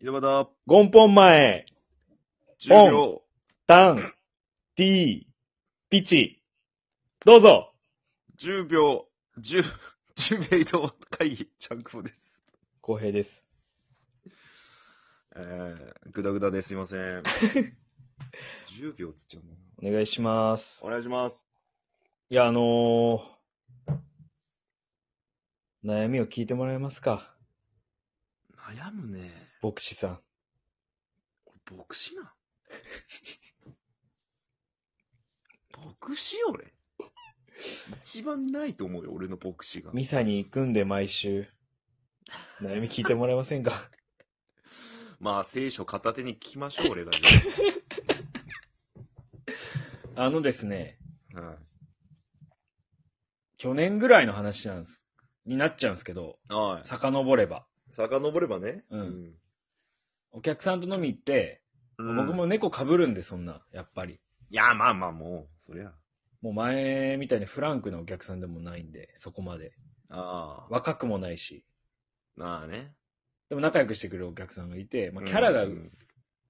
井戸端、ゴンポン前、 10秒。タン、ティー、ピチ。どうぞ10秒、10、10秒移動会議、チャンクボです。公平です。えー、ぐだぐだですいません。10秒つっちゃうんだな。お願いします。お願いします。いや、あのー、悩みを聞いてもらえますか悩むね。牧師さん。俺、牧師な。 牧師俺。一番ないと思うよ、俺の牧師が。ミサに行くんで毎週。悩み聞いてもらえませんかまあ、聖書片手に聞きま しょう、俺が。 あのですね、はい。去年ぐらいの話なんです。になっちゃうんですけど、は遡れば。い。遡ればね。うんお客さんと飲み行って、うん。僕も猫被るんで、そんな、やっぱり。いや、まあまあ、もう、そりゃ。もう前みたいにフランクなお客さんでもないんで、そこまで。ああ。若くもないし。まあね。でも仲良くしてくれるお客さんがいて、まあ、キャラが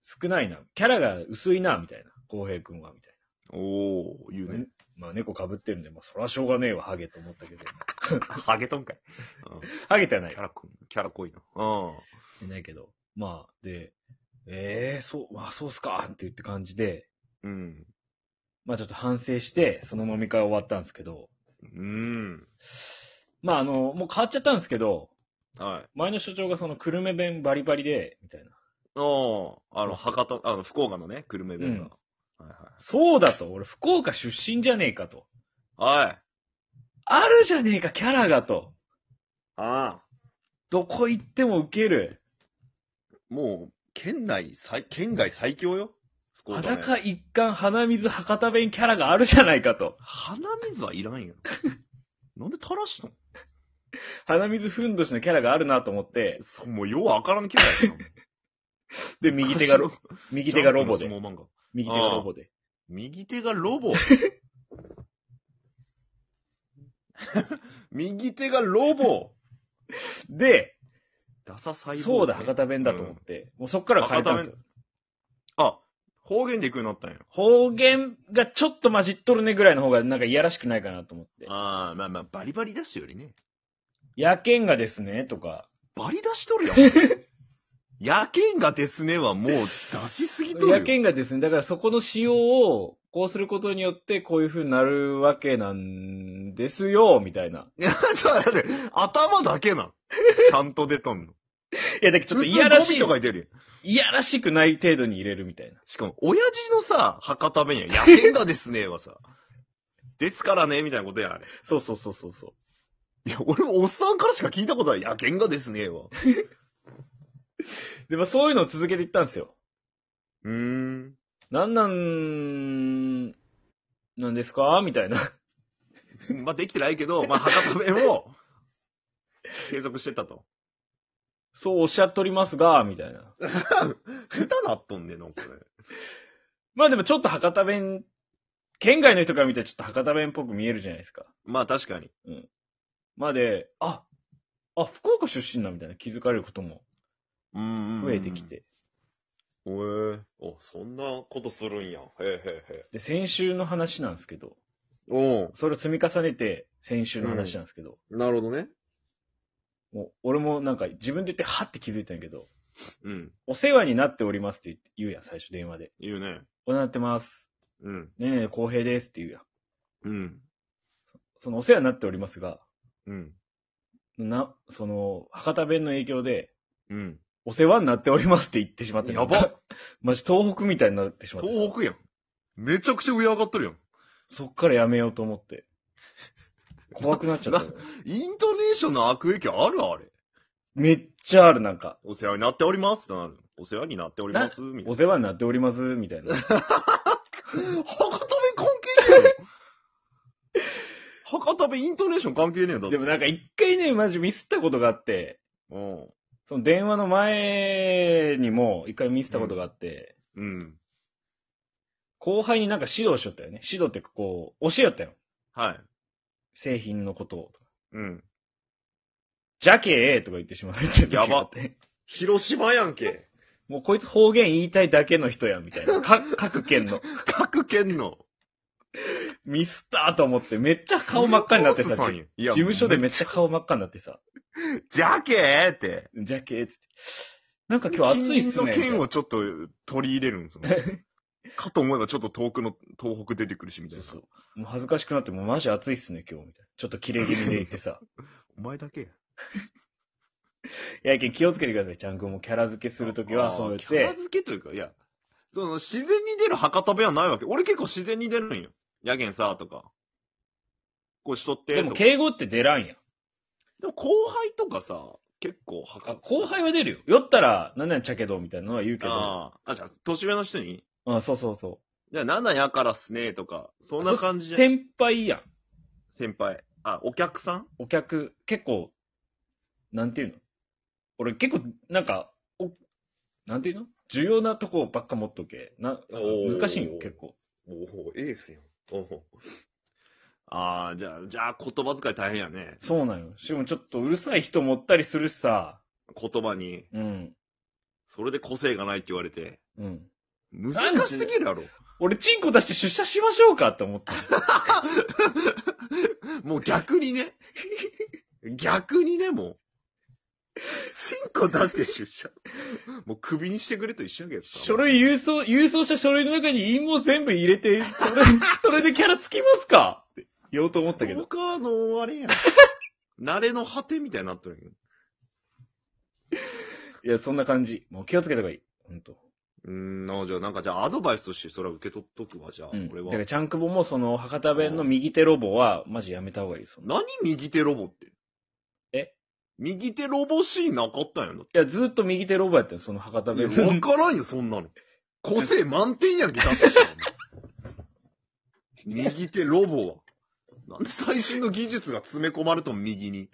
少ないな、キャラが薄いな、みたいな。浩平くんは、みたいおお言うな。ね。まあ猫被ってるんで、まあそらしょうがねえわ、ハゲと思ったけど。 ハゲとんかい。うハゲてはんないキャ。ラ濃い、キャラ濃いな。うん。ないけど。まあ、で、ええー、そう、まあそうっすか、って言って感じで、うん。まあちょっと反省して、その飲み会終わったんですけど、うん。まああの、もう変わっちゃったんですけど、はい。前の所長がその久留米弁バリバリで、みたいな。おーあの、そうそう博多、あの、福岡のね、久留米弁が。そうだと、俺福岡出身じゃねえかと。はいはい。はい。あるじゃねえか、キャラがと。ああ。どこ行ってもウケる。もう、県内最、県外最強よ。福岡、ね。裸一貫鼻水博多弁キャラがあるじゃないかと。鼻水はいらんよ。 なんで垂らしたの鼻水ふんどしのキャラがあるなと思って、そう、もう、ようわからん県外やな で、右手がロ、昔の右手がロボジャで。ンプの相撲漫画右手がロボで。右手がロボ。右手がロボ。で、ダサ細胞。そうだ、博多弁だと思って、もうそっから変えたんですよ。あ、方言で行くようになったんや。方言がちょっと混じっとるねぐらいの方がなんかいやらしくないかなと思って。ああ、まあまあ、バリバリ出すよりね。やけんがですね、とか。バリ出しと るやん。野犬がですねはもう出しすぎとるよ。やけんがですね、だからそこの仕様を、こうすることによってこういう風になるわけなんですよ、みたいな。いや、ちょっと待って、頭だけなん。ちゃんと出とんの。いや、だけ どちょっといやら普し通いゴミと、か出るよ。いやらしくない程度に入れるみたいな。しかも、親父のさ、博多弁やん。野犬がですねはさ。ですからね、みたいなことやん、あれ。そうそうそうそうそう。いや、俺もおっさんからしか聞いたことない。野犬がですねは。で、まあそういうのを続けていったんですよ。うーん。なんなん、なんですかみたいな。まあ、できてないけど、まあ、博多弁を、継続してったと。そうおっしゃっとりますが、みたいな。下手なっとんねんの、これ。まあでもちょっと博多弁、県外の人から見たらちょっと博多弁っぽく見えるじゃないですか。まあ、確かに。まあで、あ、あ、福岡出身な、みたいな気づかれることもうーん。増えてきて。。へえ。あ、そんなことするんや。へえへえへえ。で、先週の話なんですけど、おうそれを積み重ねて、先週の話なんですけど、なるほどね。もう俺もなんか自分で言ってはって気づいたんやけど、うん。お世話になっておりますって言って言うやん、最初電話で。言うね。お世話になってます。うん。ねえ、公平ですって言うやん。うん。そのお世話になっておりますが、うん。な、その、博多弁の影響で、うん。お世話になっておりますって言ってしまって。やばっ マジ東北みたいになってしまって。東北やん。めちゃくちゃ上上がっとるやん。そっからやめようと思って。怖くなっちゃったよ。イントネーションの悪影響あるあれ。めっちゃある、なんか。お世話になっておりますってなる。お世話になっておりますみたいおな。世話になっております、みたいな。博多弁関係ねえよ博多弁イントネーション関係ねえんだって。でもなんか一回ね、マジミスったことがあって、うん。その電話の前にも一回ミスったことがあって、うん。後輩になんか指導しとったよね。指導ってこう、教えよったよ。はい。製品のことを。うん。じゃけーとか言ってしまって。やば広島やんけ。もうこいつ方言言いたいだけの人や、みたい な。か、各県の。各県の。ミスったーと思って、めっちゃ顔真っ赤になってさ、フルコースさん事やいや、務所でめめっちゃ顔真っ赤になってさ、じゃけーって。じゃけーっつって。なんか今日暑いっす近ね。隣の県をちょっと取り入れるんですもんね。 かと思えばちょっと遠くの、東北出てくるし、みみたいたいなな。そうそう。もう恥ずかしくなって、もうマジ暑いっすね、今日、みたいな。ちょっと切れ気味で言ってさ。お前だけや。いや、いけん気をつけてください、ちゃんくんもキャラ付けするときは、そうやっキャラて。付けというか、いや、その、自然に出る博多弁はないわけ。俺結構自然に出るんよ。やけんさ、とか。こうしとってでとか。も敬語って出らんやん。でも後輩とかさ、結構博多あ、後輩は出るよ。酔ったら、なんなんちゃけど、みたいなのは言うけど。ああ、あ、じゃあ、年上の人にあ、そうそうそじゃあ、なんなんやからっすね、とか。そんう。な感じじゃん。先輩やん。先輩。あ、お客さんお客、結構、なんていうの俺結構、なんか、お、なんていうの重要なとこばっか持っとけ。な、おー難しいんよ、結構。おおエースよ。おお。ああ、じゃあ、じゃあ、言葉遣い大変やね。そうなんよ。しかもちょっとうるさい人持ったりするしさ。言葉に。うん。それで個性がないって言われて。うん。難しすぎるやろ。俺、チンコ出して出社しましょうかって思った。もう逆にね。逆にね、もう。チンコ出して出社。もう首にしてくれと一緒やけどさ。書類郵送、郵送した書類の中に陰謀全部入れて、それ、それでキャラつきますかって言おうと思ったけど。僕はあの、あれやん。慣れの果てみたいになってるんよいや、そんな感じ。もう気をつけた方がいい。ほんと。うーん、あじゃあ、なんかじゃあアドバイスとしてそれは受け取っとくわ、じゃあ、うん。俺だから、は。ちゃんくぼもその、博多弁の右手ロボは、マジやめた方がいいです。い何右手ロボって。え右手ロボシーンなかったんやんだってや、ずーっと右手ロボやったよ、その博多い弁やの。わからんよ、そんなの。個性満点やんけ、だとしたらお前右手ロボは。なんで最新の技術が詰め込まれとん、右に。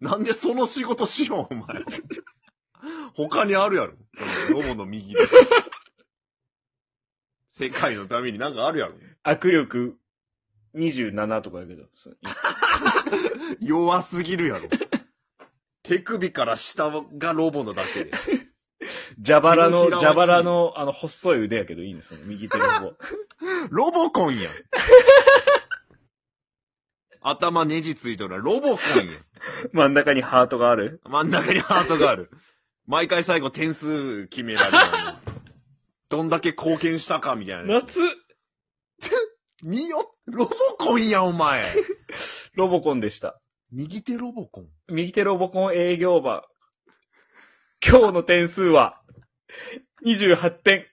なんでその仕事しろ、お前。他にあるやろ。そのロボの右で。世界のためになんかあるやろ。握力27とかやけど。そう弱すぎるやろ。手首から下がロボのだけで。蛇腹の、手のひらは蛇腹の、あの、細い腕やけどいいんですよ、その右手ロ ボ。ロボコンや ん。頭ネジついとるわロボコンやん。真ん中にハートがある。真ん中にハートがある。毎回最後点数決められるの。どんだけ貢献したかみたいな。夏見よロボコンやん、お前ロボコンでした。右手ロボコン。右手ロボコン営業版。今日の点数は、28点。